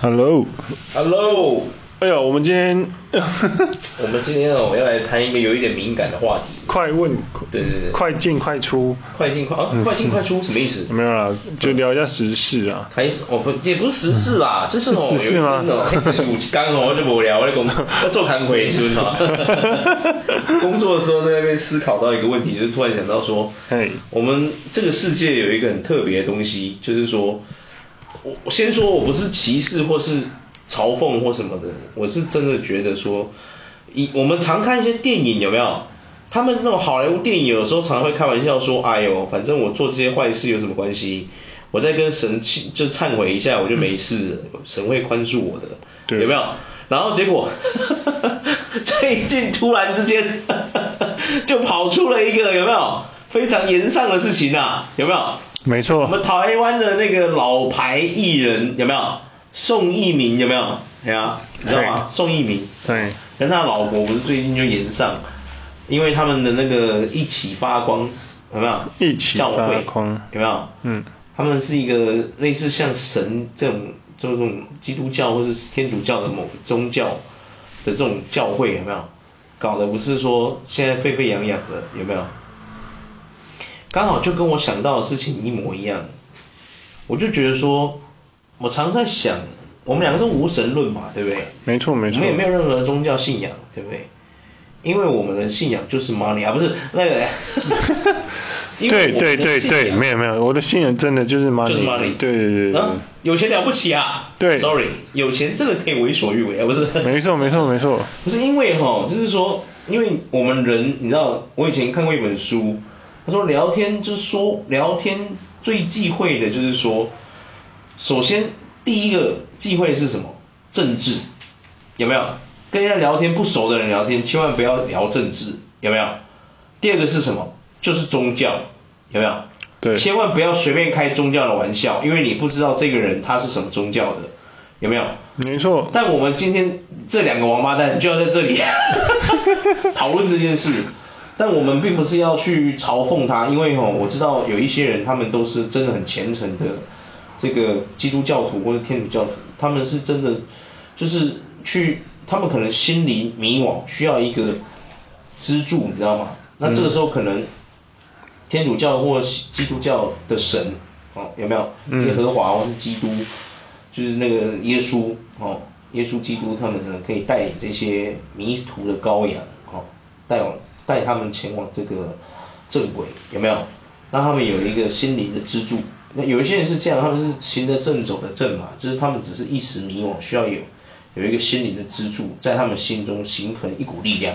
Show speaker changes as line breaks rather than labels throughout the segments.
Hello，
Hello，
哎呀，我们今天
我们今天哦要来谈一个有一点敏感的话题，
快问，
对对对
快进快出，
快进快啊，
嗯
快进快出什么意思？
没有啦，就聊一下时事啊。
还哦不也不是时事啦，这是哦
嗯是时事吗
有一天哦，暑刚哦就无聊，我在工要做扛回孙哦，工作的 时候在那边思考到一个问题，就是突然想到说
嘿，
我们这个世界有一个很特别的东西，就是说我我先说我不是歧视或是嘲讽或什么的，我是真的觉得说，以我们常看一些电影有没有？他们那种好莱坞电影有时候常会开玩笑说，哎呦，反正我做这些坏事有什么关系？我再跟神请就忏悔一下，我就没事了，神会宽恕我的，
对
有没有？然后结果 最近突然之间 就跑出了一个有没有非常严上的事情啊？有没有？
没
我
错，
们台湾的那个老牌艺人有没有？宋一鸣有没有？哎呀、你知道吗？
对
宋一鸣，
对，
跟他老婆不是最近就延上，因为他们的那个一起发光有没有？
一起
教会
发光
有没有？
嗯，
他们是一个类似像神这种这种基督教或是天主教的某宗教的这种教会有没有？搞得不是说现在沸沸扬扬的有没有？刚好就跟我想到的事情一模一样，我就觉得说，我常在想，我们两个都无神论嘛，对不对？
没错没错
我们也没有任何宗教信仰，对不对？因为我们的信仰就是 money 啊，不是那 个。因为
对
我
对
们的
对
信仰
对，没有没有，我的信仰真的就是
就是
money，
money，
对对对
啊
对，
有钱了不起啊？
对
，sorry，有钱真的可以为所欲为啊，不是？
没错没错没错，
不是因为哈，就是说，因为我们人，你知道，我以前看过一本书，他说聊天就是说聊天最忌讳的就是说，首先第一个忌讳是什么？政治，有没有？跟人家聊天不熟的人聊天，千万不要聊政治，有没有？第二个是什么？就是宗教，有没有？
对
千万不要随便开宗教的玩笑，因为你不知道这个人他是什么宗教的，有没有？
没错，
但我们今天这两个王八蛋就要在这里 讨论这件事，但我们并不是要去嘲讽他，因为哦，我知道有一些人他们都是真的很虔诚的这个基督教徒或者天主教徒，他们是真的就是去，他们可能心里迷惘，需要一个支柱，你知道吗？那这个时候可能天主教或基督教的神哦，有没有？
嗯
耶和华或是基督，就是那个耶稣哦，耶稣基督他们呢可以带领这些迷途的羔羊哦，带往带他们前往这个正轨，有没有？让他们有一个心灵的支柱。那有一些人是这样，他们是行得正走得正嘛，就是他们只是一时迷惘，需要有有一个心灵的支柱，在他们心中形成一股力量。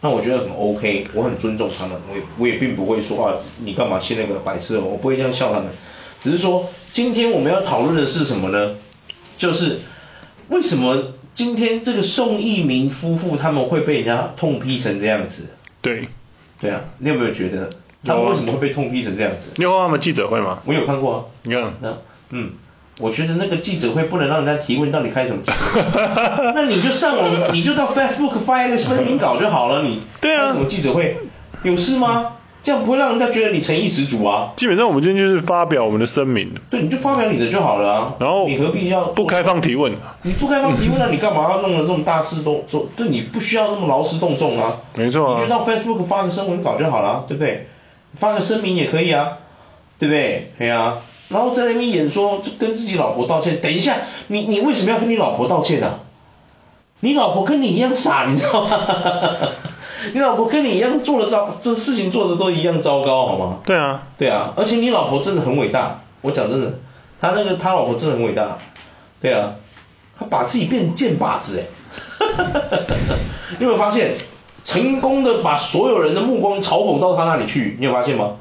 那我觉得很 OK，我很尊重他们，我也我也并不会说啊，你干嘛信那个白痴哦，我不会这样笑他们。只是说，今天我们要讨论的是什么呢？就是为什么今天这个宋一鸣夫妇他们会被人家痛批成这样子？
对，
对啊，你有没有觉得他们
有啊
为什么会被痛批成这样子？
你有看啊他们记者会吗？
我有看过啊，
你看
那嗯，我觉得那个记者会不能让人家提问，到底开什么记 者会？那你就上网，你就到 Facebook 发一个声明稿就好了，你
对啊
开什么记者会有事吗？这样不会让人家觉得你诚意十足啊。
基本上我们今天就是发表我们的声明，
对，你就发表你的就好了啊。
然后
你何必要
不开？放提问，
你不开放提问，啊那你干嘛要弄得这么大事都做？对，你不需要那么劳师动众啊。
没错啊
你就到 Facebook 发个声文稿就好了，啊对不对？发个声明也可以啊，对不对？对啊。然后在那边演说，就跟自己老婆道歉。等一下，你你为什么要跟你老婆道歉啊？你老婆跟你一样傻，你知道吗？ 你老婆跟你一样做的糟，这事情做的都一样糟糕，好吗？
对啊，
对啊，而且你老婆真的很伟大，我讲真的，他那个他老婆真的很伟大，对啊，他把自己变箭靶子哎， 你有没有发现，成功的把所有人的目光嘲讽到他那里去，你有发现吗？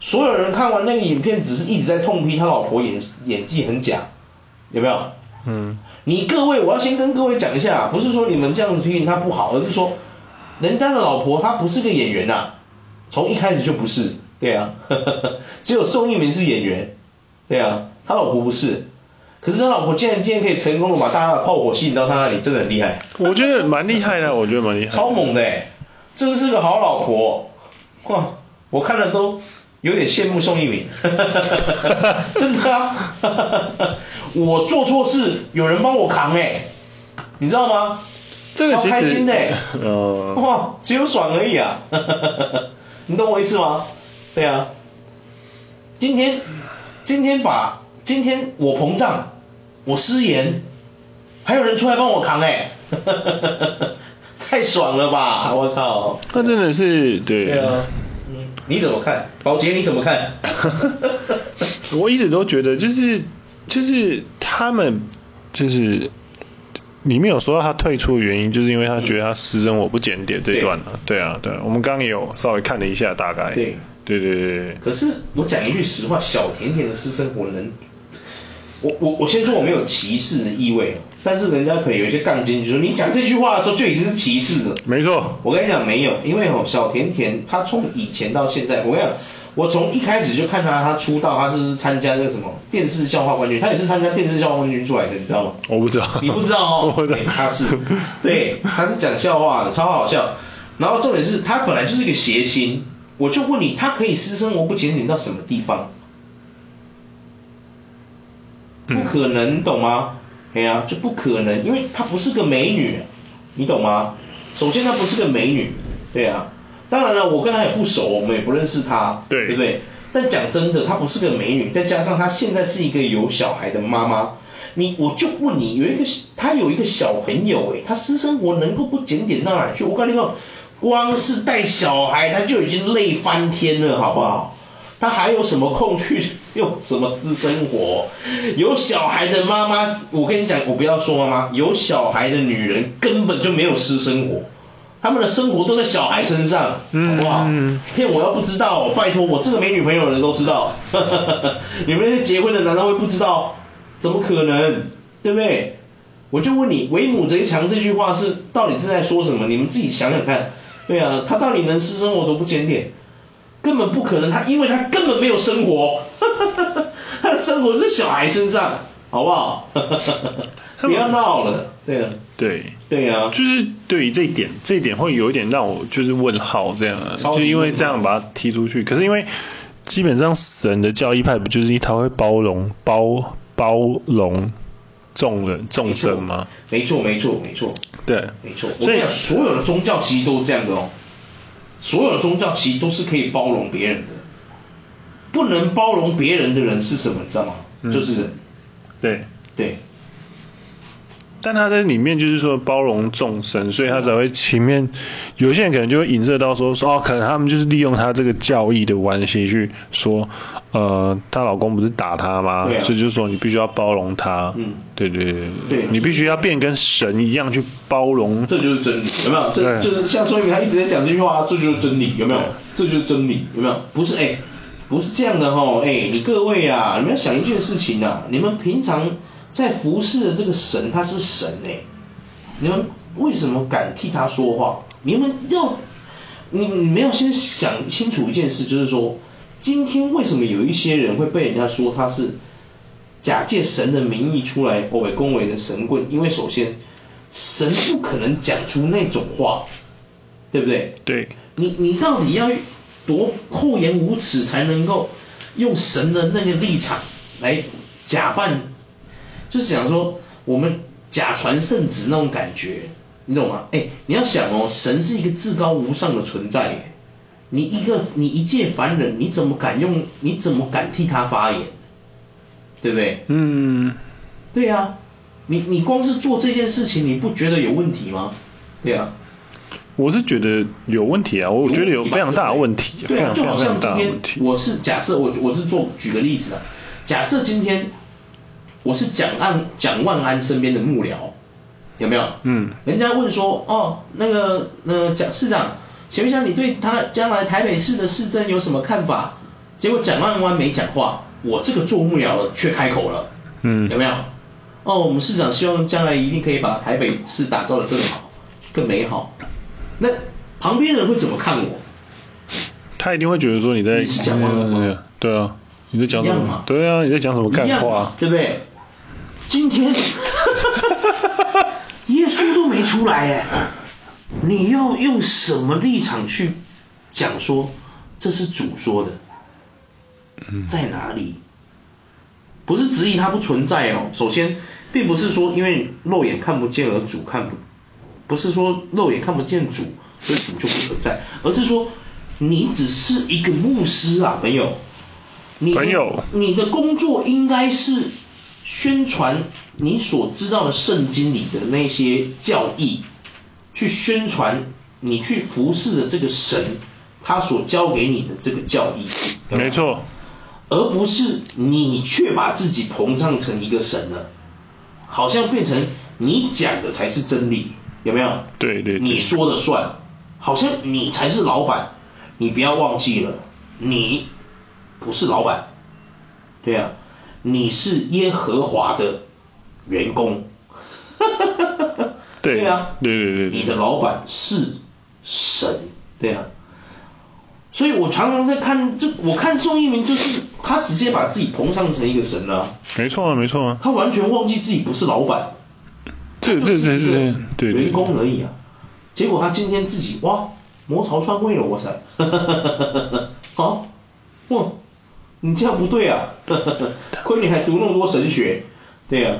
所有人看完那个影片，只是一直在痛批他老婆演演技很假，有没有？
嗯，
你各位，我要先跟各位讲一下，啊不是说你们这样子批评他不好，而是说人家的老婆她不是个演员呐、啊从一开始就不是，对啊， 只有宋一鸣是演员，对啊，他老婆不是，可是他老婆竟然竟然可以成功的把大家的炮火吸引到他那里，真的很厉害，
我觉得蛮厉害的，啊我觉得蛮厉害的，
超猛的哎，真是个好老婆，哇，我看了 都有点羡慕宋一鸣，真的啊，我做错事，有人帮我扛哎、你知道吗？
这个
超
其实
开心的、欸，
嗯
哇，只有爽而已啊， 你懂我意思吗？对啊，今天今天把今天我膨胀，我失言，还有人出来帮我扛哎、 太爽了吧！啊我靠，
那真的是对。
对啊，嗯，你怎么看？宝洁你怎么 看？
我一直都觉得就是就是他们就是里面有说到他退出的原因，就是因为他觉得他私生活不检点这一段啊，对啊，对啊，我们刚刚也有稍微看了一下，大概
对
对对对对
可是我讲一句实话，小甜甜的私生活能，我我我先说我没有歧视的意味，哦但是人家可能有一些杠精就说你讲这句话的时候就已经是歧视了。
没错
我跟你讲没有，因为哦小甜甜她从以前到现在，我跟你讲，我从一开始就看她她出道，她是参加那个什么电视笑话冠军，她也是参加电视笑话冠军出来的，你知道吗？
我不知道
你不知道哦，
我不知道
对他是，对，他是讲笑话的，超好笑。然后重点是他本来就是一个谐星，我就问你，他可以私生活不检点到什么地方？不
嗯
可能，你懂吗？哎呀、这不可能，因为她不是个美女，你懂吗？首先她不是个美女，对啊。当然了，我跟她也不熟，我们也不认识她，
对
对不对？但讲真的，她不是个美女，再加上她现在是一个有小孩的妈妈，你我就问你，有一个她有一个小朋友、诶，哎，她私生活能够不检点到哪去？我跟你讲，光是带小孩，她就已经累翻天了，好不好？他还有什么空去用什么私生活？有小孩的妈妈，我跟你讲，我不要说妈妈，有小孩的女人根本就没有私生活，他们的生活都在小孩身上，
嗯
好不好
嗯？
骗我要不知道、拜托我这个没女朋友的人都知道， 你们那些结婚的难道会不知道？怎么可能？对不对？我就问你，为母则强这句话是到底是在说什么？你们自己想想看。对啊，他到底能私生活都不检点？根本不可能，他因为他根本没有生活， 他的生活在小孩身上，好不好？ 不要闹了，对啊，
对。
对啊，
就是对于这一点，这一点会有一点让我就是问号这样啊，
超级
就因为
问号
这样把他踢出去。可是因为基本上神的教义派不就是他会包容包包容众人众生吗？
没错，没错，没错，
对，
没错。我
所
跟
以
你讲，所有的宗教其实都是这样的哦，所有的宗教其实都是可以包容别人的，不能包容别人的人是什么？你知道吗？
嗯
就是人，
对，
对，
但他在里面就是说包容众生，所以他才会前面有些人可能就会影射到说说哦，可能他们就是利用他这个教义的关系去说，呃，她老公不是打她吗？
对啊
所以就是说你必须要包容她。
嗯
对对对
对
你必须要变跟神一样去包容。
这就是真理，有没有？这
对
就是像说明他一直在讲这句话，这就是真理，有没有
对？
这就是真理，有没有？不是哎、不是这样的吼、哎、你各位啊，你们要想一件事情啊，你们平常在服侍的这个神，他是神哎、你们为什么敢替他说话？你们要，你你们要先想清楚一件事，就是说，今天为什么有一些人会被人家说他是假借神的名义出来恭维恭维的神棍？因为首先，神不可能讲出那种话，对不对？
对，
你你到底要多厚颜无耻才能够用神的那个立场来假扮，就是讲说我们假传圣旨那种感觉，你懂吗？哎，你要想哦，神是一个至高无上的存在耶，你一个你一介凡人，你怎么敢用？你怎么敢替他发言？对不对？
嗯，
对呀、你你光是做这件事情，你不觉得有问题吗？对啊呀、
我是觉得有问题啊，我觉得有非常大的问题，非
对啊，
常非常
就好
非
像
常大
今
的问题
天。我是假设我我是做举个例子啊，假设今天我是蒋安蒋万安身边的幕僚，有没有？
嗯
人家问说，哦，那个呃蒋市长，请问一下你对他将来台北市的市政有什么看法？结果蒋万安没讲话，我这个做幕僚的却开口了。
嗯
有没有？哦，我们市长希望将来一定可以把台北市打造的更好、更美好。那旁边人会怎么看我？
他一定会觉得说你在
你是讲完了吗
对啊，你在讲什
一样
么
嘛？
对啊，你在讲什么
一
干
样
话
嘛？对不对？今天 耶稣都没出来哎，你要用什么立场去讲
嗯
说这是主说的？在哪里？不是质疑它不存在哦。首先，并不是说因为肉眼看不见而主看不，不是说肉眼看不见主，所以主就不存在，而是说你只是一个牧师啊，朋友。你的
朋友
你的工作应该是宣传你所知道的圣经里的那些教义，去宣传你去服侍的这个神，他所教给你的这个教义。对吧
没错，
而不是你却把自己膨胀成一个神了，好像变成你讲的才是真理，有没有？
对对对
你说了算，好像你才是老板，你不要忘记了，你不是老板，对啊，你是耶和华的员工，
对
啊，
对对对对
你的老板是神，对啊。所以我常常在看这，我看宋一鸣就是他直接把自己膨胀成一个神了啊、
没错啊，没错啊，
他完全忘记自己不是老板，
这
就
这
是
这
一
这
个
对对
员工而已啊。结果他今天自己哇，谋朝篡位了，哇 塞，好，哇，你这样不对啊， 亏你还读那么多神学，对啊，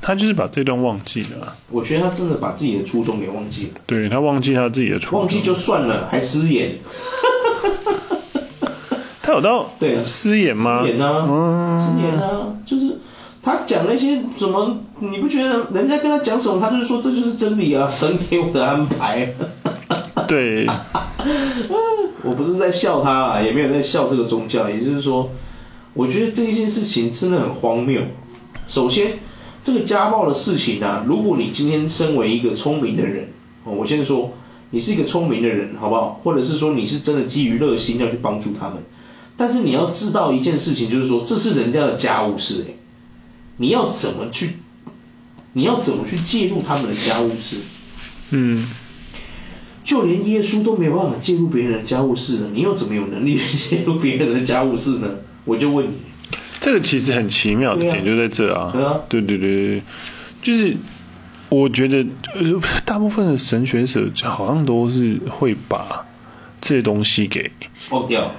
他就是把这段忘记了啊，
我觉得他真的把自己的初衷给忘记了。
对他忘记他自己的初衷，
忘记就算了，还失言。
他有到
对，啊
失言吗？
失言啊，
嗯，
失言啊，就是他讲那些什么，你不觉得人家跟他讲什么，他就是说这就是真理啊，神给我的安排。
对，
我不是在笑他啦，也没有在笑这个宗教，也就是说，我觉得这一件事情真的很荒谬。首先，这个家暴的事情啊，如果你今天身为一个聪明的人，哦，我先说，你是一个聪明的人，好不好？或者是说你是真的基于热心要去帮助他们，但是你要知道一件事情，就是说这是人家的家务事、欸，你要怎么去，你要怎么去介入他们的家务事？
嗯，
就连耶稣都没有办法介入别人的家务事了，你又怎么有能力去介入别人的家务事呢？我就问你，
这个其实很奇妙的
对啊
点就在这啊，
对啊
对对对对，就是我觉得呃，大部分的神学者好像都是会把这些东西给
忘掉，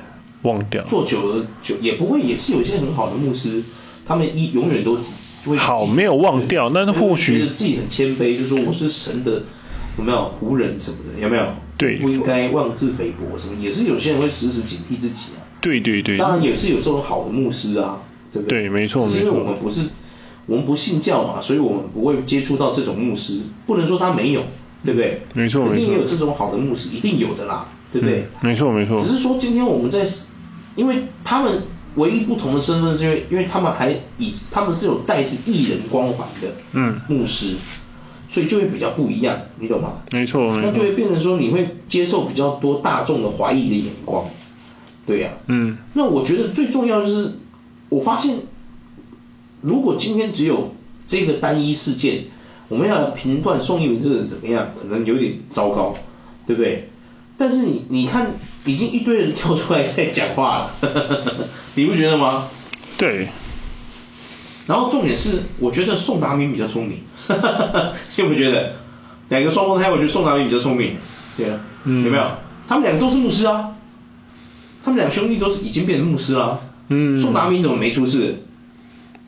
忘掉，
做久了久也不会，也是有一些很好的牧师，他们一永远都只会
好没有忘掉
对
但是或许
觉得自己很谦卑，就说我是神的有没有仆人什么的，有没有？
对
不应该妄自菲薄什么，也是有些人会时时警惕自己啊。
对对对，
当然也是有这种好的牧师啊，对不对？
对没错
只是因为
没错
我们不是我们不信教嘛，所以我们不会接触到这种牧师，不能说他没有，对不对？
没错嗯
一定
没
也
错
有这种好的牧师，一定有的啦，对不对？
没错没错，
只是说今天我们在，因为他们唯一不同的身份是因为，因为他们还以他们是有带着艺人光环的，
嗯
牧师，所以就会比较不一样，你懂吗？
没错没
那就
错
会，变成说你会接受比较多大众的怀疑的眼光，对呀、
嗯
那我觉得最重要就是，我发现，如果今天只有这个单一事件，我们要评断宋一鸣这个人怎么样，可能有点糟糕，对不对？但是你你看，已经一堆人跳出来在讲话了， 你不觉得吗？
对，
然后重点是，我觉得宋达明比较聪明， 信不觉得？两个双胞胎，我觉得宋达明比较聪明，对啊，
嗯
有没有？他们两个都是牧师啊，他们两兄弟都是已经变成牧师了、
嗯
宋达明怎么没出事？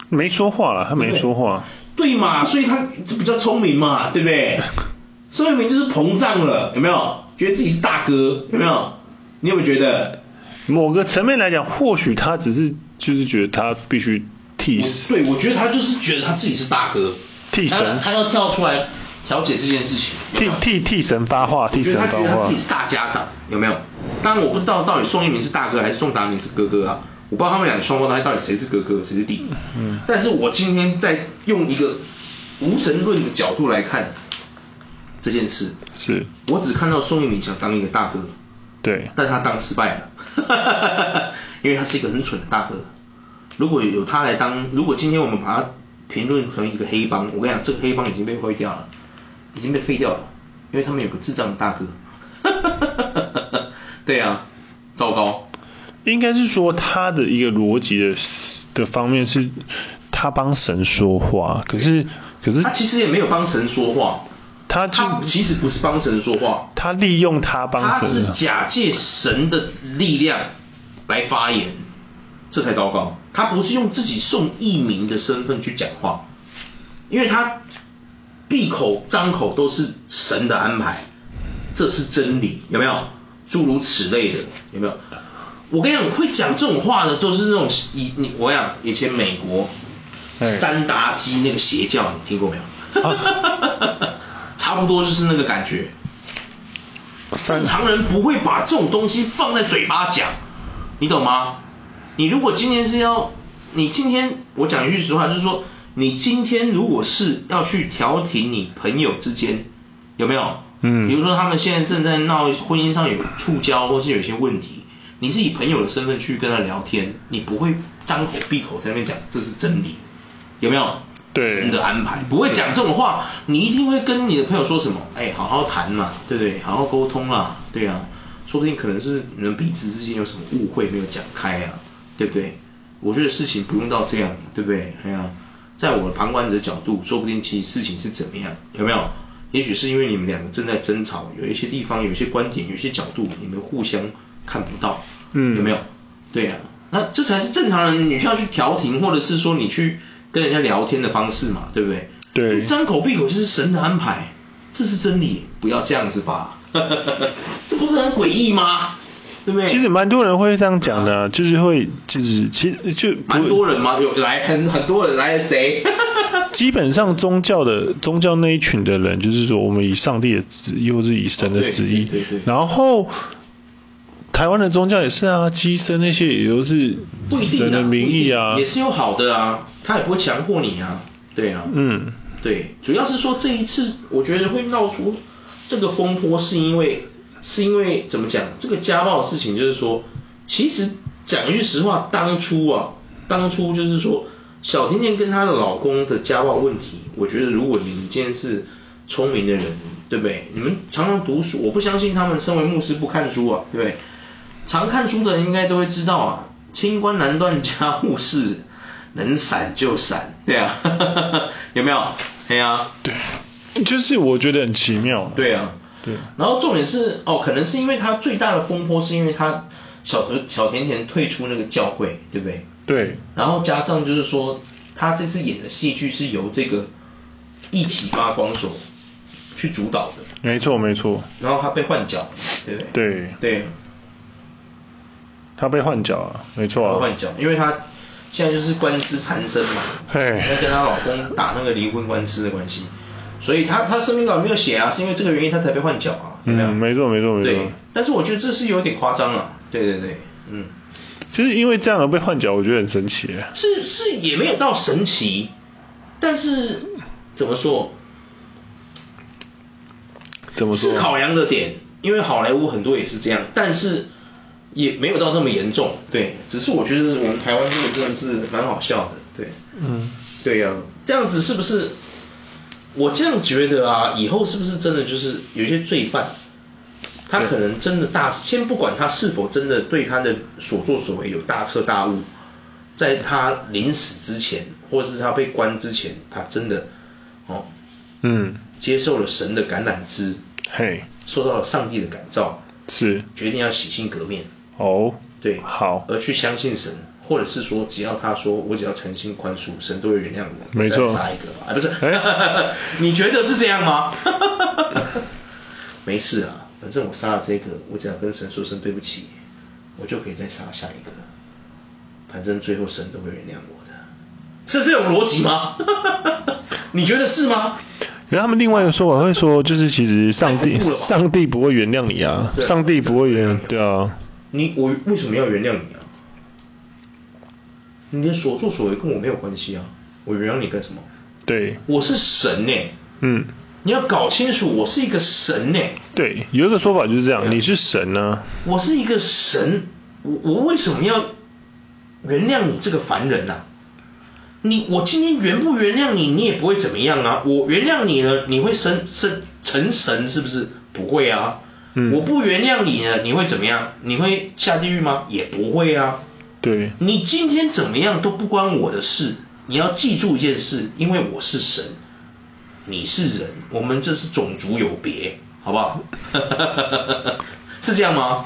没说话了，他没说话，
对嘛，所以他比较聪明嘛，对不对？宋一鸣就是膨胀了，有没有？觉得自己是大哥，有没有？你有没有觉得？
某个层面来讲，或许他只是就是觉得他必须替死，
对，我觉得他就是觉得他自己是大哥，
替神
他他要跳出来调解这件事情，有没
替
有
替替神发话，替
我觉
神
得他
发
觉得他
话
自己，是大家长，有没有？当然我不知道到底宋一鸣是大哥还是宋达明是哥哥啊，我不知道他们两个双胞胎到底谁是哥哥谁是弟弟。嗯。但是我今天在用一个无神论的角度来看这件事，
是，
我只看到宋一鸣想当一个大哥，
对，
但他当失败了， 因为他是一个很蠢的大哥。如果有他来当，如果今天我们把他评论成一个黑帮，我跟你讲，这个黑帮已经被毁掉了，已经被废掉了，因为他们有个智障的大哥。 对啊，糟糕。
应该是说他的一个逻辑的的方面是，他帮神说话，可是可是
他其实也没有帮神说话，
他就
他其实不是帮神说话，
他利用他帮啊
他是
神啊，
假借神的力量来发言，这才糟糕。他不是用自己宋一鸣的身份去讲话，因为他闭口张口都是神的安排，这是真理，有没有？诸如此类的，有没有？我跟你讲，会讲这种话的都是那种以你我跟你讲以前美国
哎
三达基那个邪教，你听过没有？
啊
差不多就是那个感觉。
三
正常人不会把这种东西放在嘴巴讲，你懂吗？你如果今天是要，你今天我讲一句实话，就是说，你今天如果是要去调停你朋友之间，有没有？
嗯
比如说他们现在正在闹婚姻上有触礁，或是有一些问题，你是以朋友的身份去跟他聊天，你不会张口闭口在那边讲这是真理，有没有？
对
神的安排，不会讲这种话，你一定会跟你的朋友说什么？哎，好好谈嘛，对不对？好好沟通啦，对啊，说不定可能是你们彼此之间有什么误会没有讲开啊，对不对？我觉得事情不用到这样，对不对？哎呀、在我的旁观者角度，说不定其实事情是怎么样，有没有？也许是因为你们两个正在争吵，有一些地方、有一些观点、有一些角度，你们互相看不到，
嗯
有没有？对呀、那这才是正常人，你需要去调停，或者是说你去跟人家聊天的方式嘛，对不对？
对
你张口闭口就是神的安排，这是真理，不要这样子吧， 这不是很诡异吗？对不对？
其实蛮多人会这样讲的啊、就是会就是其实就不
蛮多人嘛，有来很很多人 来谁？
基本上宗教的宗教那一群的人，就是说我们以上帝的旨意，或是以神的旨意，
哦对对对对
然后。台湾的宗教也是啊，鸡生那些也都是
不一定
神的
啊，
名义啊
不一定也，是有好的啊，他也不会强迫你啊，对啊，
嗯，
对，主要是说这一次，我觉得会闹出这个风波，是因为是因为怎么讲？这个家暴的事情，就是说，其实讲一句实话，当初啊，当初就是说，小甜甜跟她的老公的家暴问题，我觉得如果你们今天是聪明的人，对不对？你们常常读书，我不相信他们身为牧师不看书啊，对不对？常看书的人应该都会知道啊，清官难断家务事，能闪就闪，对啊， 有没有？对啊，
对，就是我觉得很奇妙、
对啊，
对，
然后重点是哦，可能是因为他最大的风波是因为他小小甜甜退出那个教会，对不对？
对，
然后加上就是说，他这次演的戏剧是由这个一起发光所去主导的，
没错没错，
然后他被换角，对不对？
对
对，
他被换角啊，没错啊，
换角，因为他现在就是官司缠身嘛，
嘿
因为跟她老公打那个离婚官司的关系，所以她她声明稿没有写啊，是因为这个原因她才被换角啊，有没有？
嗯没错没错没错
对，但是我觉得这是有点夸张啊，对对对，嗯，
就是因为这样而被换角，我觉得很神奇耶。
是是也没有到神奇，但是怎么说？
怎么说？
是考量的点，因为好莱坞很多也是这样，但是也没有到那么严重。对，只是我觉得我们台湾这个真的是蛮好笑的。对，
嗯，
对呀、这样子是不是？我这样觉得啊，以后是不是真的就是有一些罪犯，他可能真的大，先不管他是否真的对他的所作所为有大彻大悟，在他临死之前，或者是他被关之前，他真的哦
嗯，
接受了神的橄榄枝，
嘿，
受到了上帝的感召，
是
决定要洗心革面，
哦，
对，
好，
而去相信神，或者是说，只要他说我只要诚心宽恕，神都会原谅我，
没错
再杀一个吧，啊，不是，
哎
你觉得是这样吗？ 没事啊，反正我杀了这个，我只要跟神说声对不起，我就可以再杀下一个，反正最后神都会原谅我的，是这种逻辑吗？ 你觉得是吗？
然后他们另外一个说法会说，就是其实上帝
太恐怖了吧
上帝不会原谅你啊，
对
上帝不会原谅，对啊，
你我为什么要原谅你啊？你的所作所为跟我没有关系啊，我原谅你干什么？
对，
我是神呢、
嗯，
你要搞清楚，我是一个神呢、
对，有一个说法就是这样，
对啊
你是神呢、
我是一个神，我我为什么要原谅你这个凡人呐、你我今天原不原谅你，你也不会怎么样啊。我原谅你了，你会生生成神是不是？不会啊。
嗯
我不原谅你呢，你会怎么样？你会下地狱吗？也不会啊。
对，
你今天怎么样都不关我的事。你要记住一件事，因为我是神，你是人，我们这 是种族有别，好不好？是这样吗？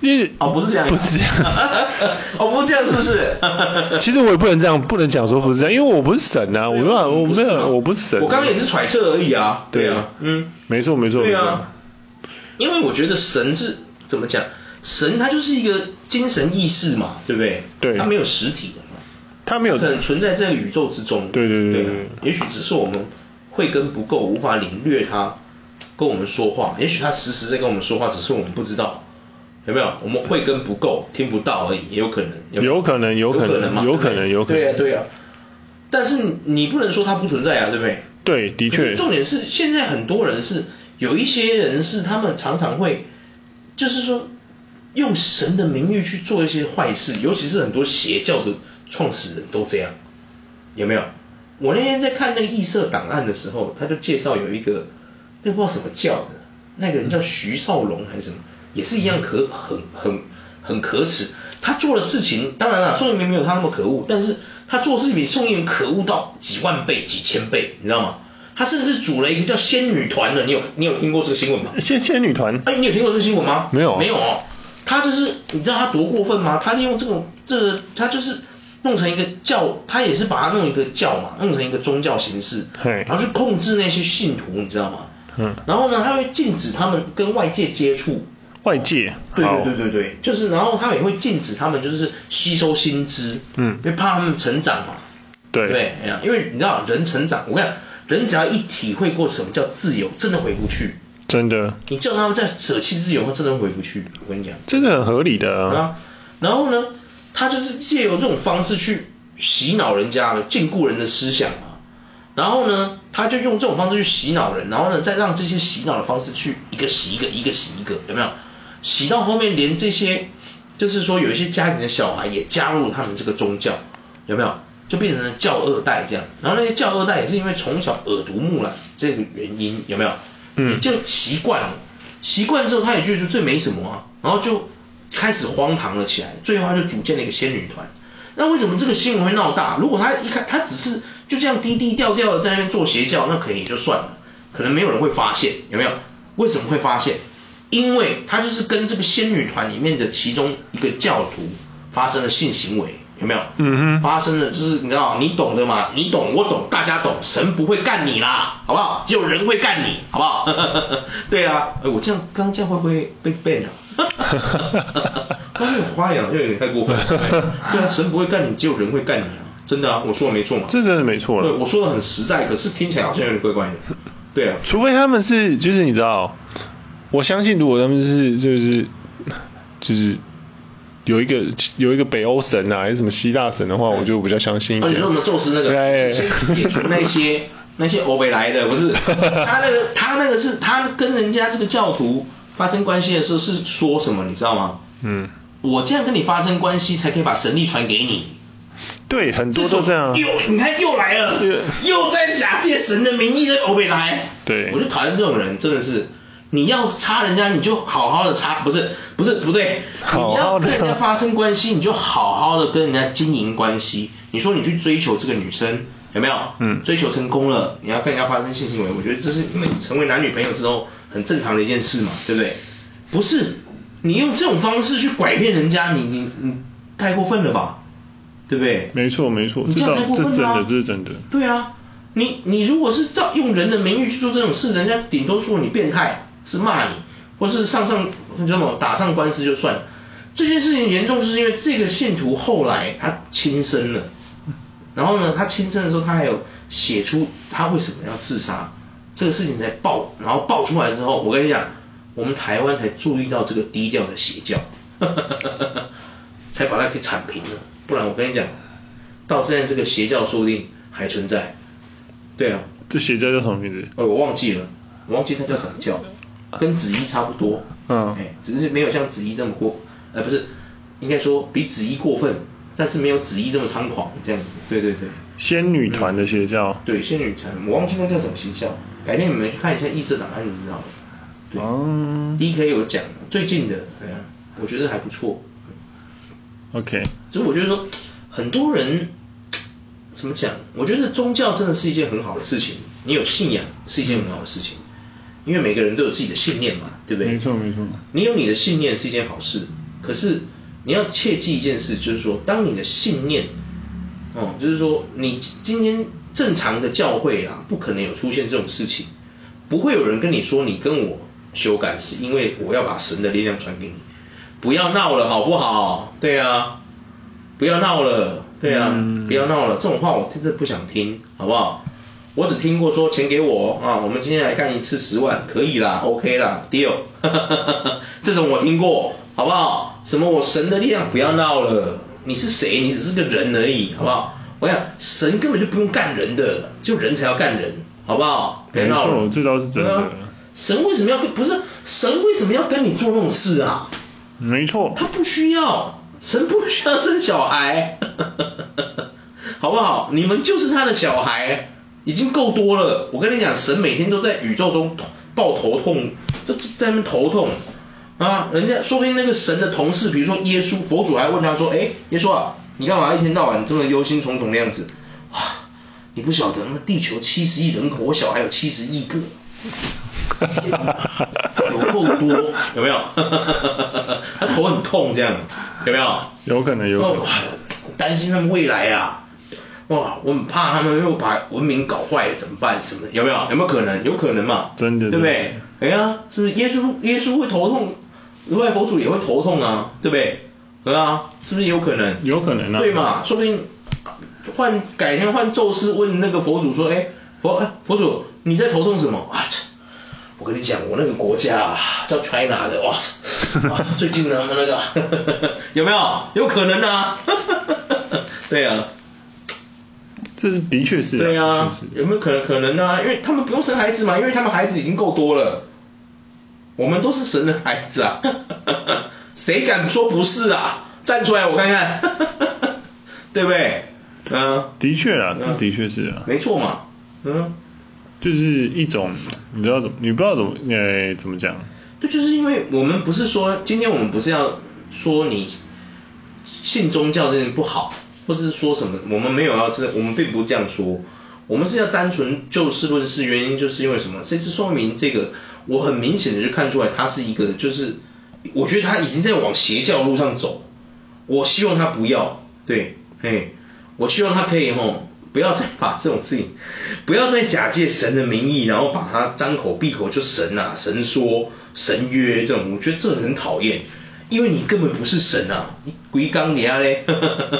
因为
哦，不是这样，
不是这样。
哦，不是这样，是不是？
其实我也不能这样，不能讲说不是这样，因为我不是神啊，我没有，我
不
没
是
有，
嘛
我不是神。
我刚刚也是揣测而已啊。
对
啊，嗯，
没错没错。
对
没错
啊，因为我觉得神是怎么讲？神它就是一个精神意识嘛，对不对？
对
它没有实体的嘛，
他没有
可能存在这个宇宙之中。
对对对
对
对
啊也许只是我们慧根不够，无法领略它跟我们说话。也许它时时在跟我们说话，只是我们不知道。有没有？我们慧根不够，听不到而已，也有可能。
有可能
有
有可能
能嘛，
有可能
对
有
不
可
对
能
对呀，对呀。啊但是你你不能说它不存在啊，对不对？
对，的
可
确
是重点是，现在很多人是有一些人是他们常常会，就是说用神的名誉去做一些坏事，尤其是很多邪教的创始人都这样，有没有？我那天在看那个异色档案的时候，他就介绍有一个那不知道什么教的，那个人叫徐少龙还是什么，也是一样可很很很可耻。他做的事情，当然了，宋一鸣没有他那么可恶，但是他做的事情比宋一鸣可恶到几万倍、几千倍，你知道吗？他甚至组了一个叫仙女团的，你有你有听过这个新闻吗？
仙仙女团
哎，你有听过这个新闻吗？
没有啊
没有哦。他就是，你知道他多过分吗？他利用这种这个，他就是弄成一个教，他也是把它弄一个教嘛，弄成一个宗教形式，
嘿
然后去控制那些信徒，你知道吗？
嗯
然后呢，他会禁止他们跟外界接触。
外界
对
好
对对对对，就是，然后他也会禁止他们就是吸收新知，
嗯
因为怕他们成长嘛。
对
对，哎呀因为你知道人成长，我跟你讲，人只要一体会过什么叫自由，真的回不去。
真的
你叫他们再舍弃自由，他真的回不去。我跟你讲，
这是很合理的啊
啊，然后呢，他就是借由这种方式去洗脑人家了，禁锢人的思想嘛。然后呢，他就用这种方式去洗脑人，然后呢，再让这些洗脑的方式去一个洗一个，一个洗一个，有没有？洗到后面连这些，就是说有一些家庭的小孩也加入他们这个宗教，有没有？就变成了教二代这样。然后那些教二代也是因为从小耳濡目染这个原因，有没有？
嗯
就习惯了，习惯之后他也觉得这没什么啊，然后就开始荒唐了起来，最后他就组建了一个仙女团。那为什么这个新闻会闹大？如果他一开他只是就这样低低调调的在那边做邪教，那可能也就算了，可能没有人会发现，有没有？为什么会发现？因为他就是跟这个仙女团里面的其中一个教徒发生了性行为，有没有？
嗯哼
发生了就是你知道，你懂的嘛，你懂，我懂，大家懂，神不会干你啦，好不好？只有人会干你，好不好？ 对啊，哎，我这样刚刚这样会不会被 ban 啊？刚刚有花样，又有点太过分了。对啊，神不会干你，只有人会干你啊！真的啊，我说的没错嘛。
这真的没错了
对，我说的很实在，可是听起来好像有点怪怪的。对啊，
除非他们是，就是你知道，我相信如果他们是，就是就是有一个有一个北欧神啊，还是什么希腊神的话，我就比较相信一
啊，
点。
你说我们宙斯那个，
对
先撇除那些那些欧北来的，不是他那个他那个是他跟人家这个教徒发生关系的时候是说什么，你知道吗？
嗯，
我这样跟你发生关系，才可以把神力传给你。
对，很多都这样啊。
又你看又来了
对，
又在假借神的名义在欧北来。
对
我就讨厌这种人，真的是。你要插人家，你就好好的插，不是不是不对，
好
你要
好地
跟
插
人家发生关系，你就好好的跟人家经营关系。你说你去追求这个女生，有没有？
嗯
追求成功了，你要跟人家发生性行为，我觉得这是因为你成为男女朋友之后很正常的一件事嘛，对不对？不是，你用这种方式去拐骗人家，你你你太过分了吧，对不对？
没错没错，
你
这
这样
倒
太过
这
分
真
了、啊
的，这是真的。
对啊，你你如果是照用人的名誉去做这种事，人家顶多说你变态，是骂你，或是上上那叫什么打上官司就算了。这件事情严重，就是因为这个信徒后来他轻生了，然后呢，他轻生的时候，他还有写出他为什么要自杀，这个事情才爆，然后爆出来之后，我跟你讲，我们台湾才注意到这个低调的邪教， 才把它给铲平了。不然我跟你讲，到现在这个邪教说不定还存在。对啊，
这邪教叫什么名字？
哦，我忘记了，我忘记它叫什么教，跟紫衣差不多。
嗯
哎，只是没有像紫衣这么过，呃，不是，应该说比紫衣过分，但是没有紫衣这么猖狂这样子。对对对。
仙女团的邪教。
对，仙女城，我忘记那叫什么学校，改天你们去看一下异色档案就知道了。对、
哦
d k 有讲最近的，对啊，我觉得还不错。
OK，
所以我觉得说，很多人怎么讲？我觉得宗教真的是一件很好的事情，你有信仰是一件很好的事情，因为每个人都有自己的信念嘛，对不对？
没错没错
你有你的信念是一件好事，可是你要切记一件事，就是说，当你的信念，哦、就是说你今天正常的教会啊，不可能有出现这种事情，不会有人跟你说你跟我修改是因为我要把神的力量传给你，不要闹了好不好？对啊，不要闹了，对啊，
嗯
不要闹了，这种话我真的不想听，好不好？我只听过说钱给我啊，我们今天来干一次十万，可以啦，OK 啦，deal，这种我听过，好不好？什么我神的力量不要闹了，你是谁？你只是个人而已，好不好？我想神根本就不用干人的，就人才要干人，好不好？别闹了
没，错这倒是真的
对啊神为什么要跟不是神为什么要跟你做那种事啊？
没 错，
哦他不需要，神不需要生小孩， 好不好？你们就是他的小孩，已经够多了。我跟你讲，神每天都在宇宙中抱头痛，就在那边头痛啊。人家说不定那个神的同事，比如说耶稣，佛祖还问他说：“哎，耶稣啊，你干嘛一天到晚这么忧心忡忡的样子？”哇，你不晓得那地球七十亿人口，我小孩有七十亿个。有够 多，有没有？ 他头很痛，这样有没有？
有可能有可能
哇，我担心他们未来啊，哇，我很怕他们又把文明搞坏了怎么办？什么有没有？有没有可能？有可能嘛？
真的
对不对？哎呀，是不是耶稣耶稣会头痛，外佛祖也会头痛啊，对不对？对啊，是不是有可能？
有可能啊
对嘛？说不定换改天换宙斯问那个佛祖说，哎，佛哎佛祖你在头痛什么啊？这我跟你讲，我那个国家啊，叫 China 的，哇， 哇最近呢，那个 有没有？有可能啊， 对啊，
这是的确是、
对啊
的，确
有
是
没有可能可能啊？因为他们不用生孩子嘛，因为他们孩子已经够多了，我们都是神的孩 子啊，谁敢说不是啊？站出来我看看， 对不对？嗯，
的确啊，
嗯
这的确是啊，
没错嘛，嗯。
就是一种你知道怎么，你不知道怎么，呃，怎么讲？
对，就是因为我们不是说今天我们不是要说你信宗教这件不好，或者是说什么，我们没有要这，我们并不这样说，我们是要单纯就事论事，原因就是因为什么？这次说明这个，我很明显的就看出来，他是一个就是，我觉得他已经在往邪教路上走，我希望他不要，对，嘿，我希望他可以吼，不要再把这种事情，不要再假借神的名义，然后把他张口闭口就神啊、神说、神约这种，我觉得这很讨厌，因为你根本不是神啊，你鬼刚你啊嘞，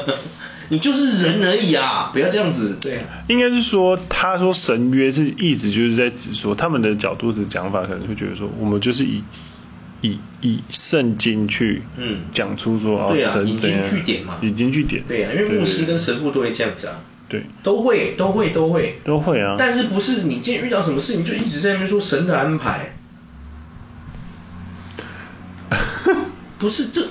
你就是人而已啊，不要这样子，对啊，
应该是说，他说神约是一直就是在指说，他们的角度的讲法可能会觉得说，我们就是以以以圣经去
嗯
讲出说、
对啊
神
引
怎
经
样
据典嘛
引经据典，
对啊，因为牧师跟神父都会这样子啊，
对
都会，都会，都会，
都会啊，
但是不是你今天遇到什么事，你就一直在那边说神的安排，不是这，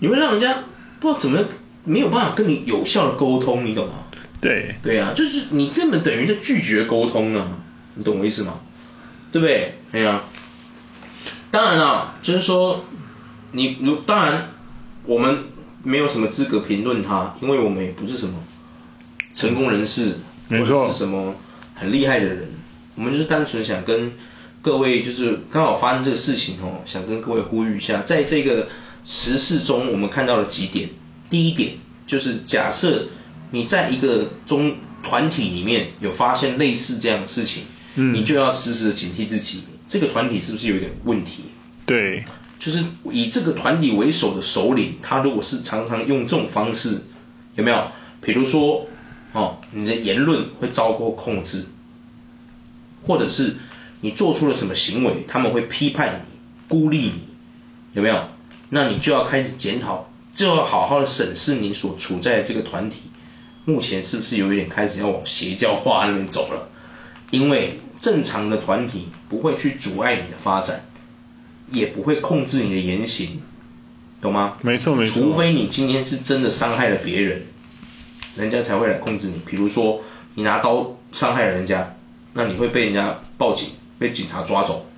你会让人家不知道怎么没有办法跟你有效的沟通，你懂吗？
对
对啊，就是你根本等于在拒绝沟通啊，你懂我意思吗？对不对？对啊。当然啦，就是说，你如当然我们没有什么资格评论他，因为我们也不是什么成功人士，
没错
或者是什么很厉害的人，我们就是单纯想跟各位，就是刚好发生这个事情哦，想跟各位呼吁一下，在这个时事中，我们看到了几点。第一点就是假设你在一个中团体里面有发现类似这样的事情，
嗯
你就要时时的警惕自己，这个团体是不是有点问题？
对
就是以这个团体为首的首领，他如果是常常用这种方式，有没有？比如说，哦，你的言论会遭过控制，或者是你做出了什么行为，他们会批判你、孤立你，有没有？那你就要开始检讨，就要好好的审视你所处在的这个团体，目前是不是有一点开始要往邪教化那边走了？因为正常的团体不会去阻碍你的发展，也不会控制你的言行，懂吗？
没错没错
除非你今天是真的伤害了别人，人家才会来控制你。比如说你拿刀伤害了人家，那你会被人家报警，被警察抓走，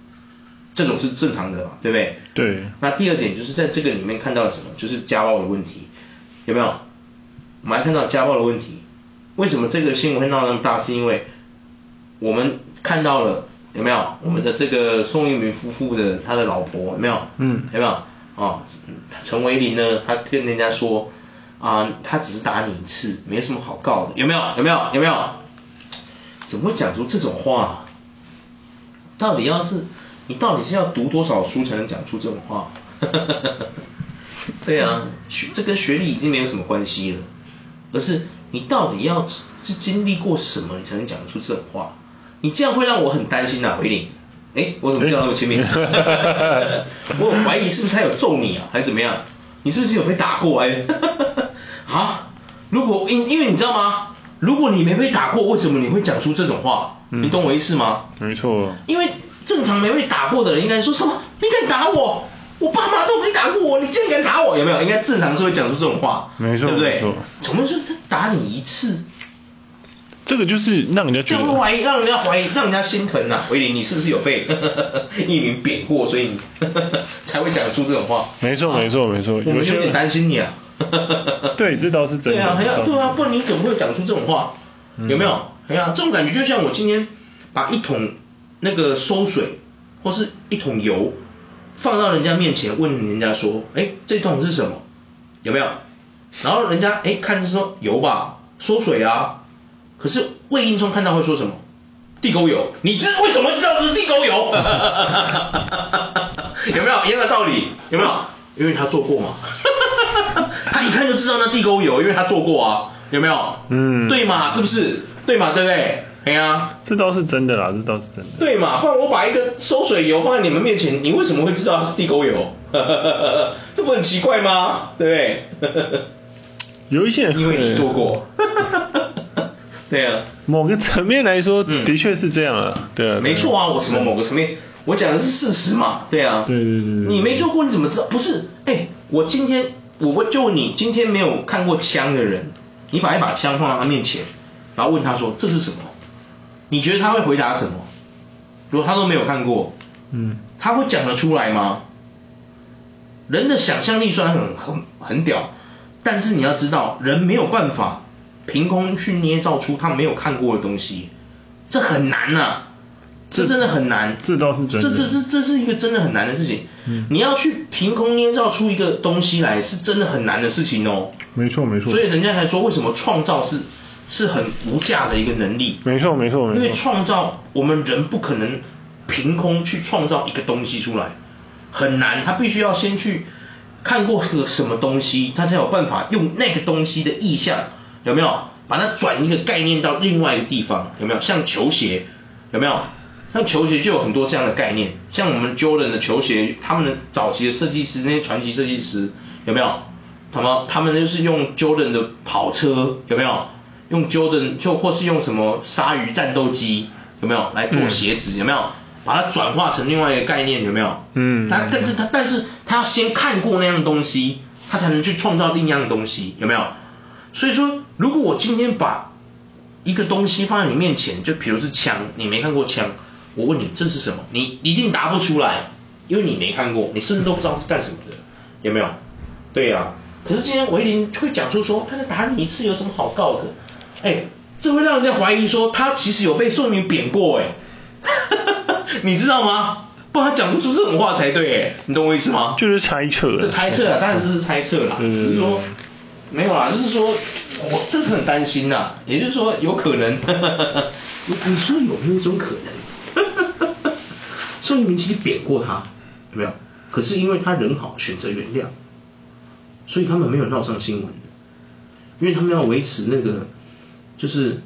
这种是正常的嘛，对不对？
对
那第二点就是在这个里面看到了什么？就是家暴的问题，有没有？我们还看到家暴的问题。为什么这个新闻会闹那么大？是因为我们看到了有没有？我们的这个宋一鸣夫妇的他的老婆有没有？
嗯
有没有？哦，陈维林呢，他跟人家说啊，他只是打你一次，没什么好告的，有没有？有没有？有没有？怎么会讲出这种话、到底要是你到底是要读多少书才能讲出这种话？ 对啊，学这跟学历已经没有什么关系了，而是你到底要是经历过什么，你才能讲出这种话？你这样会让我很担心啊，维林。哎，我怎么叫那么亲密？ 我有怀疑是不是他有揍你啊，还是怎么样？你是不是有被打过？ 哎，啊，如果因因为你知道吗？如果你没被打过，为什么你会讲出这种话？你懂我意思吗？
没错，
因为正常没被打过的人应该说什么？你敢打我？我爸妈都没打过我，你竟然敢打我？有没有？应该正常是会讲出这种话，
没错
对不
没
对
错？
怎么就是打你一次，
这个就是让人家觉
这样会
得
怀疑，让人家怀疑，让人家心疼呐、啊。维林，你是不是有被 一名贬过，所以你 才会讲出这种话？
没错
啊
没错没错
我们
有些
有点
人
担心你啊。
对这倒是真的嗯
对啊，还
这
要
倒是
对啊，不然你怎么会讲出这种话？有没有？哎呀、这种感觉就像我今天把一桶那个馊水或是一桶油放到人家面前，问人家说：“哎，这桶是什么？”有没有？然后人家哎看是说油吧，缩水啊，可是魏应冲看到会说什么？地沟油，你知为什么知道这是地沟油？ 有没有一样的道理？有没有？因为他做过嘛，他一看就知道那地沟油，因为他做过啊，有没有？
嗯
对嘛，是不是？对嘛，对不对？哎呀、
这倒是真的啦，这倒是真的。
对嘛？不然我把一个收水油放在你们面前，你为什么会知道它是地沟油？ 这不很奇怪吗？对不对？
有一些人
因为你做过。 对啊，
某个层面来说，
嗯
的确是这样啊，对啊，对
没错啊，我什么某个层面，我讲的是事实嘛，对啊。
对对对对
你没做过你怎么知道？不是，哎，我今天我问就问你，今天没有看过枪的人，你把一把枪放到他面前，然后问他说这是什么？你觉得他会回答什么？如果他都没有看过，
嗯，
他会讲得出来吗？人的想象力虽然很很很屌，但是你要知道，人没有办法凭空去捏造出他没有看过的东西，这很难啊，这真的很难。
这倒是真的
这这这这是一个真的很难的事情。
嗯
你要去凭空捏造出一个东西来，是真的很难的事情哦。
没错没错，
所以人家才说，为什么创造是是很无价的一个能力？
没错没错没错
因为创造，我们人不可能凭空去创造一个东西出来，很难。他必须要先去看过个什么东西，他才有办法用那个东西的意象，有没有？把它转一个概念到另外一个地方，有没有？像球鞋，有没有？像球鞋就有很多这样的概念，像我们 Jordan 的球鞋，他们的早期的设计师，那些传奇设计师，有没有？他们他们就是用 Jordan 的跑车，有没有？用 Jordan 就或是用什么鲨鱼战斗机，有没有来做鞋子？有没有？把它转化成另外一个概念，有没有？
嗯
他但是他但是他要先看过那样东西，他才能去创造另一样东西，有没有？所以说，如果我今天把一个东西放在你面前，就比如是枪，你没看过枪，我问你这是什么，你一定答不出来，因为你没看过，你甚至都不知道是干什么的，有没有？对呀、可是今天维林会讲出说，他在打你一次有什么好告的？哎，这会让人家怀疑说他其实有被宋明贬过哎， 你知道吗？不然他讲不出这种话才对哎，你懂我意思吗？
就是猜测啊了，
这猜测啊啦，当然这是猜测啦，
对对对
只是说
对
没有啦，就是说我这是很担心呐，也就是说有可能， 你你说有没有一种可能？宋一鸣其实贬过他，有没有？可是因为他人好，选择原谅，所以他们没有闹上新闻，因为他们要维持那个就是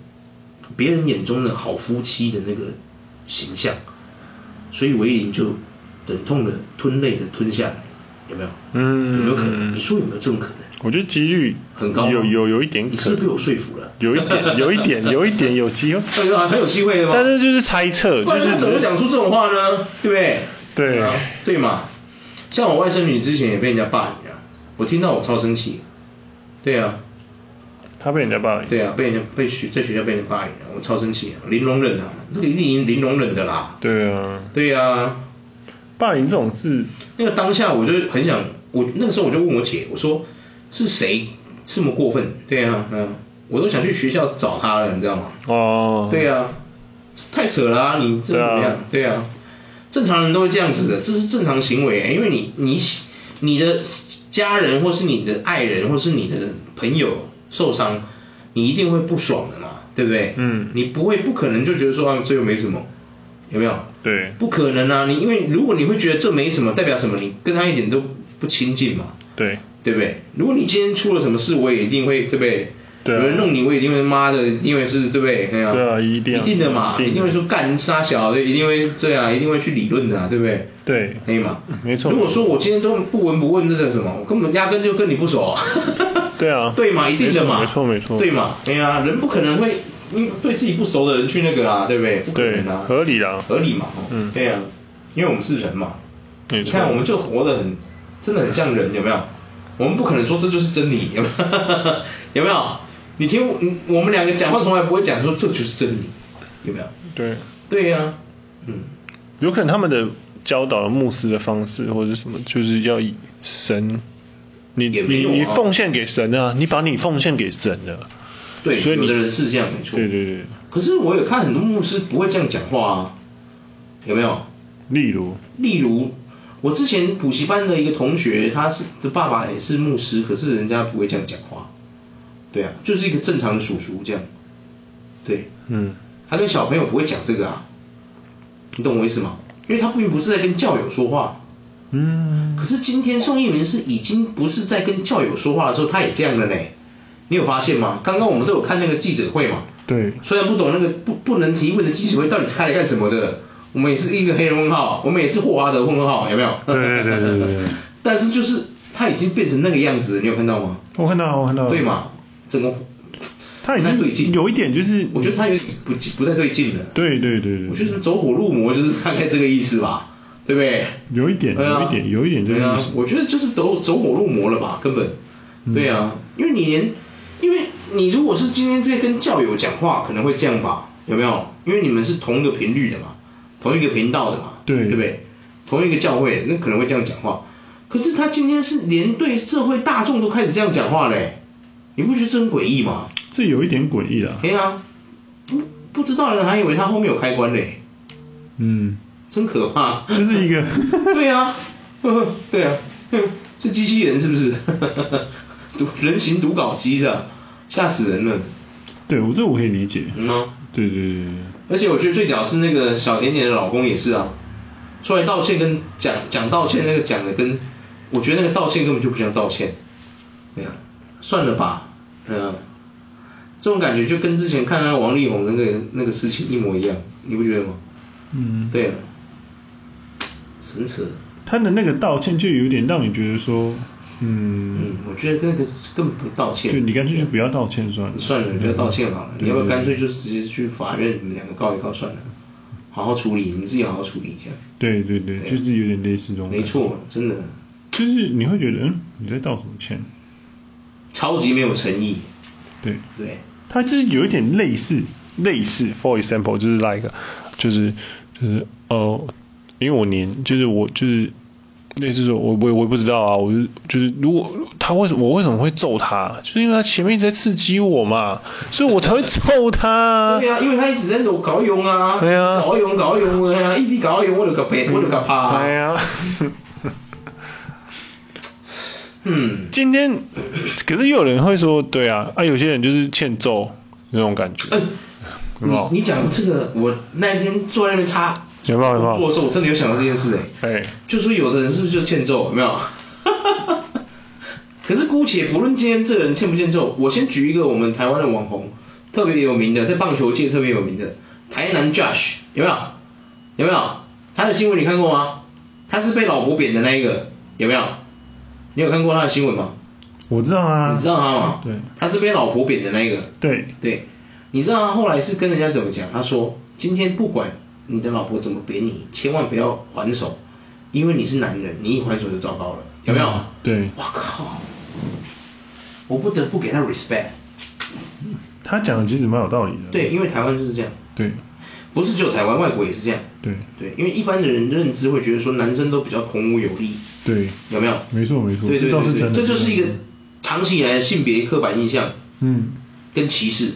别人眼中的好夫妻的那个形象，所以维林就忍痛的吞泪的吞下来，有没有？
嗯
有没有可能？你说有没有这种可能？
我觉得几率
很高吗，
有有有一点可能
你是不是被我说服了？
有一点有一点有一点有机会，
对啊，很有机会的嘛。
但是就是猜测，
不
就
然
是
他怎么讲出这种话呢？对不对？
对
啊对嘛？像我外甥女之前也被人家霸凌啊，我听到我超生气。对啊，
他被人家霸凌，
对啊，被人家被学在学校被人霸凌啊，我超生气啊，零容忍啊，这个一定已经零容忍的啦。
对啊，
对啊，
霸凌这种事，
那个当下我就很想，我那个时候我就问我姐，我说是谁这么过分？对啊，嗯，我都想去学校找他了，你知道吗？
哦，
对啊，太扯了、啊，欸你这怎么样？对啊，正常人都会这样子的，这是正常行为，因为你你你的家人或是你的爱人或是你的朋友受伤，你一定会不爽的嘛，对不对？
嗯
你不会不可能就觉得说啊这又没什么，有没有？
对
不可能啊！你因为如果你会觉得这没什么，代表什么？你跟他一点都不亲近嘛，
对
对不对？如果你今天出了什么事，我也一定会，对不对？
对啊
有人弄你，我也一定会妈的，因为是对不对？对啊，
对啊一定
定
啊
的嘛，
一定
一定会说干杀小的，一定会这样，一定会去理论的、啊，对不对？
对
可以吗？
没错
如果说我今天都不闻不问，这叫什么？我根本压根就跟你不熟、啊。
对啊
对嘛，一定的嘛，
没错没错没错
对嘛，哎呀、人不可能会因对自己不熟的人去那个啊，对不对？不可能啊，
对合理啦
合理嘛，哦
嗯
对啊，因为我们是人嘛，
没
你
错
看我们就活得很，真的很像人，有没有？我们不可能说这就是真理，有没有？ 有没有？你听我，你我们两个讲话从来不会讲说这就是真理，有没有？
对，
对呀、嗯，
有可能他们的教导牧师的方式或者什么，就是要以神，你
也没
你
有啊
你奉献给神啊，你把你奉献给神了，
对，
所以
有
你
的人是这样没错，
对对对，
可是我有看很多牧师不会这样讲话啊，有没有？
例如
例如，我之前补习班的一个同学，他是的爸爸也是牧师，可是人家不会这样讲话。对啊，就是一个正常的叔叔这样。对，
嗯
他跟小朋友不会讲这个啊，你懂我意思吗？因为他并不是在跟教友说话。
嗯，
可是今天宋一鸣是已经不是在跟教友说话的时候，他也这样了嘞。你有发现吗？刚刚我们都有看那个记者会嘛。
对
虽然不懂那个不不能提问的记者会到底是开来干什么的，我们也是一个黑人问号，我们也是霍华德问号，有没有？
对对对对对对
但是就是他已经变成那个样子，你有看到吗？
我看到我看到，
对嘛？整个
嗯他已
不太对
经
劲
有一点就是，
我觉得他有点不不太对劲了。
对对对对，
我觉得走火入魔就是大概这个意思吧，对不对？
有一点
对啊
有一点有一点这个
对啊
意思，
我觉得就是走走火入魔了吧，根本。
嗯
对啊，因为你连，因为你如果是今天在跟教友讲话，可能会这样吧，有没有？因为你们是同一个频率的嘛，同一个频道的嘛，
对
对不对？同一个教会，那可能会这样讲话。可是他今天是连对社会大众都开始这样讲话嘞，你不觉得这很诡异吗？
这有一点诡异啦，
对啊，不不知道的人还以为他后面有开关嘞，
嗯，
真可怕。
就是一个
对啊，呵呵对啊， 呵是机器人是不是？ 读人形读稿机是吧？吓死人了。
对我这我可以理解，
嗯啊
对对对对，
而且我觉得最屌是那个小甜甜的老公也是啊，出来道歉跟讲讲道歉那个讲的跟，我觉得那个道歉根本就不像道歉，对啊，算了吧，嗯、这种感觉就跟之前看到王力宏的那个那个事情一模一样，你不觉得吗？
嗯，
对啊，神扯。
他的那个道歉就有点让你觉得说，
嗯
嗯，，
我觉得那个根本不道歉，
就你干脆就不要道歉算了，嗯
算了，你不要道歉好了，
对
你要不要
对
干脆就直接去法院，你们两个告一告算了，好好处理，你们自己好好处理一下。
对对对，
对
就是有点类似这种，
没错，，真的
就是你会觉得，嗯，你在道什么歉？
超级没有诚意，
对，
对，
它就是有一点类似，类似，for example，就是 like，就是就是呃，因为我年就是我就是类似说，我我也我也不知道啊，我就就是如果他为什么我为什么会揍他，就是因为他前面一直在刺激我嘛，所以我才会揍他啊。
对啊，因为他一直在搞搞用啊，
对啊
搞用搞用哎呀，一直搞用，我就搞赔，我就搞怕，
哎，呀，
嗯，
今天可是又有人会说，对啊，啊有些人就是欠揍那种感觉，
哎
有没有
你你讲这个，我那一天坐在那边擦
有没有有没有
做的时候，我真的有想到这件事哎、
哎，
就说有的人是不是就欠揍，有没有？ 可是姑且不论今天这个人欠不欠揍，我先举一个我们台湾的网红，特别有名的，在棒球界特别有名的台南 Josh，有没有？有没有？他的新闻你看过吗？他是被老婆扁的那一个，有没有？你有看过他的新闻吗？
我知道啊，
你知道他吗？
对
他是被老婆扁的那一个。
对
对，你知道他后来是跟人家怎么讲？他说：“今天不管你的老婆怎么扁你，千万不要还手，因为你是男人，你一还手就糟糕了，有没有？”
嗯对
我靠，我不得不给他 respect。
他讲的其实蛮有道理的，
对，因为台湾就是这样，
对
不是只有台湾，外国也是这样。
对
对，因为一般的人认知会觉得说男生都比较孔武有力，
对
有没有？
没错没错
对对
这倒是
对对，
真的
这就是一个长期以来的性别刻板印象。
嗯，
跟歧视，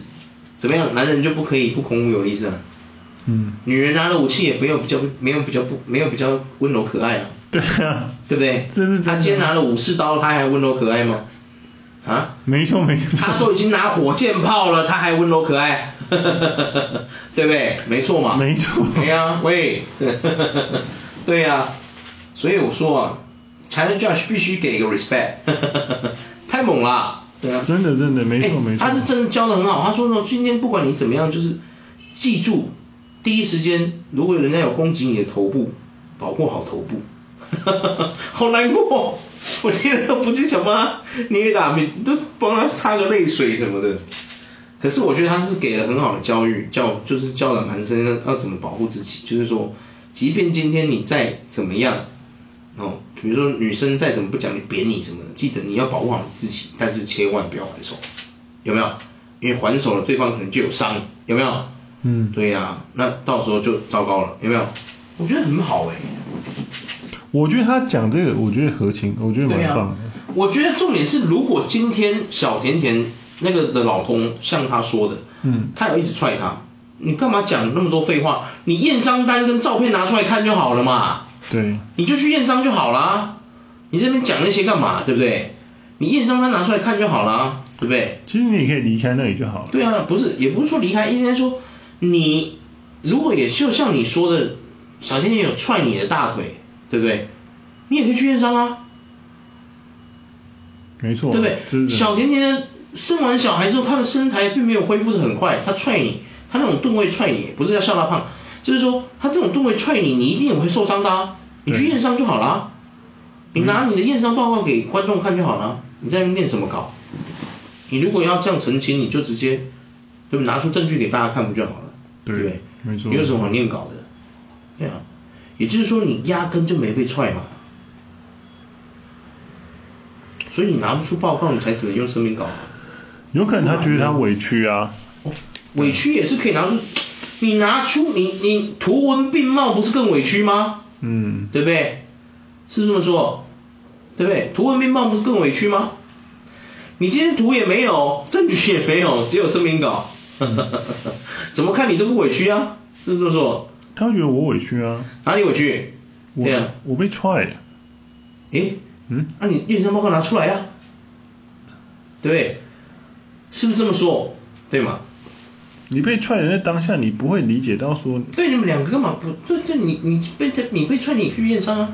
怎么样？男人就不可以不孔武有力是吧？
嗯，
女人拿了武器也没有比较没有比较不没有比较温柔可爱啊，
对啊，
对不对？
这是真的
他今天拿了武士刀，他还温柔可爱吗？啊？
没错没错，
他都已经拿火箭炮了，他还温柔可爱， 对不对？没错嘛，
没错
对呀、喂， 对呀、所以我说啊 c h i n a Judge 必须给一个 respect，太猛了，对啊，
真的真的没错
哎
没错
他是真的教的很好，他说呢，今天不管你怎么样，就是记住第一时间，如果人家有攻击你的头部，保护好头部， 好难过。我听了不是什么捏打，你都帮他擦个泪水什么的。可是我觉得他是给了很好的教育，教就是教了男生要要怎么保护自己，就是说，即便今天你再怎么样，哦，比如说女生再怎么不讲理、扁你什么的，记得你要保护好你自己，但是千万不要还手，有没有？因为还手了，对方可能就有伤，有没有？
嗯
对呀、啊那到时候就糟糕了，有没有？我觉得很好哎、
我觉得他讲这个，我觉得合情，我觉得
对啊
蛮
呀、
棒的。
我觉得重点是，如果今天小甜甜那个的老公像他说的，
嗯
他有一直踹他，你干嘛讲那么多废话？你验伤单跟照片拿出来看就好了嘛。
对，
你就去验伤就好啦。你这边讲那些干嘛？对不对？你验伤单拿出来看就好啦，对不对？
其实你也可以离开那里就好了。
对啊，不是，也不是说离开，应该说你如果也就像你说的，小甜甜有踹你的大腿，对不对？你也可以去验伤啊，
没错，
对不
这是真
对？
的
小甜甜生完小孩之后，她的身材并没有恢复的很快，她踹你，她那种吨位踹你，不是要笑她胖，就是说她这种吨位踹你，你一定也会受伤的、啊，你去
对嗯
验伤就好了啊，你拿你的验伤报告给观众看就好了啊，你在那边念什么稿？你如果要这样澄清，你就直接对不对拿出证据给大家看不就好了？
对
不对？
没错
你有什么好念稿的？对啊，也就是说你压根就没被踹嘛，所以你拿不出报告，你才只能用声明稿嘛。
有可能他觉得他委屈啊，
委屈也是可以拿出，你拿出你你图文并茂不是更委屈吗？
嗯，
对不对？是不是这么说？对不对？图文并茂不是更委屈吗？你今天图也没有，证据也没有，只有声明稿， 怎么看你都不委屈啊？是不是这么说？
他会觉得我委屈啊，
哪里委屈？
我
对啊，
我被踹了，
诶，
嗯
那、你验伤报告拿出来啊，对不对？是不是这么说？对吗？
你被踹的那当下，你不会理解到说，
对，你们两个干嘛不？对对，你你被这你被踹，你去验伤啊。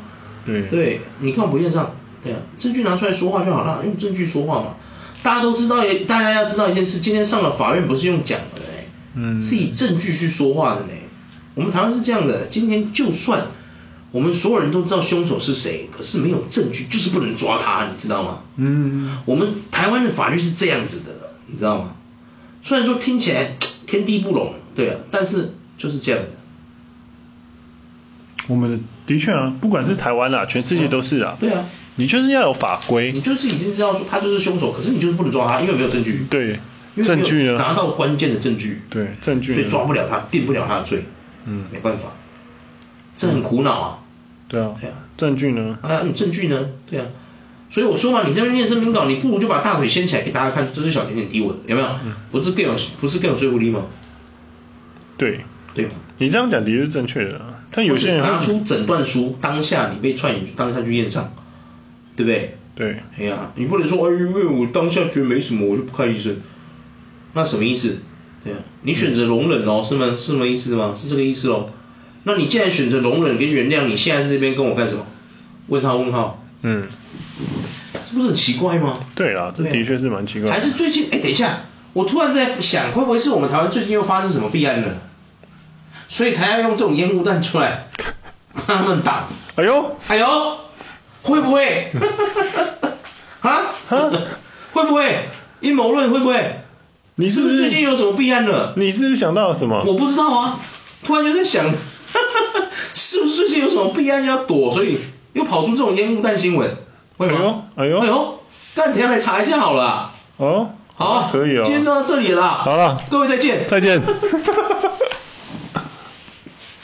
对
对，你干嘛不验伤？对啊，证据拿出来说话就好了，用证据说话嘛。大家都知道，也大家要知道一件事，今天上了法院不是用讲的嘞，
嗯
是以证据去说话的嘞。我们台湾是这样的，今天就算我们所有人都知道凶手是谁，可是没有证据，就是不能抓他，你知道吗？
嗯，
我们台湾的法律是这样子的，你知道吗？虽然说听起来天地不容，对啊，但是就是这样的。
我们的确啊，不管是台湾啦，全世界都是啊，
对啊，
你就是要有法
你
规，
就是已经知道说他就是凶手，可是你就是不能抓他，因为没有证据。
对
因为没有
证据呢
拿到关键的证据。
对证据呢啊
所以抓不了他，定不了他的罪。
嗯
没办法，这很苦恼啊。
对啊
对啊，
证据呢，
啊，你证据呢？对啊，所以我说嘛，你在那边念声明稿，你不如就把大腿掀起来给大家看，这是小甜甜踢我的，有没有？
嗯
不是更有不是更有说服力吗？
对，
对吧？
你这样讲的确是正确的啊，但有些人
或
会
者拿出诊断书，当下你被踹，你就当下去验伤，对不对？
对
哎呀，你不能说哎，因为我当下觉得没什么，我就不看医生，那什么意思？对啊，你选择容忍
嗯
哦，是吗？是什么意思吗？是这个意思喽？那你既然选择容忍跟原谅，你现在在这边跟我干什么？问号问号，
嗯，
这不是很奇怪吗？
对啦，这
对啊
的确是蛮奇怪的，
还是最近，哎，等一下，我突然在想，会不会是我们台湾最近又发生什么弊案了？所以才要用这种烟雾弹出来帮他们打。
哎呦，
哎呦，会 不会？啊？ 会不会？阴谋论会不会？
你是不是
最近有什么弊案了？
你是不是想到了什么？
我不知道啊，突然就在想， 是不是最近有什么弊案要躲，所以又跑出这种烟雾弹新闻？会吗？
哎呦哎呦
哎呦，干，等一下来查一下好了啊。
哦，
好啊，
可以哦，
今天就到这里了。
好了
各位再见。
再见。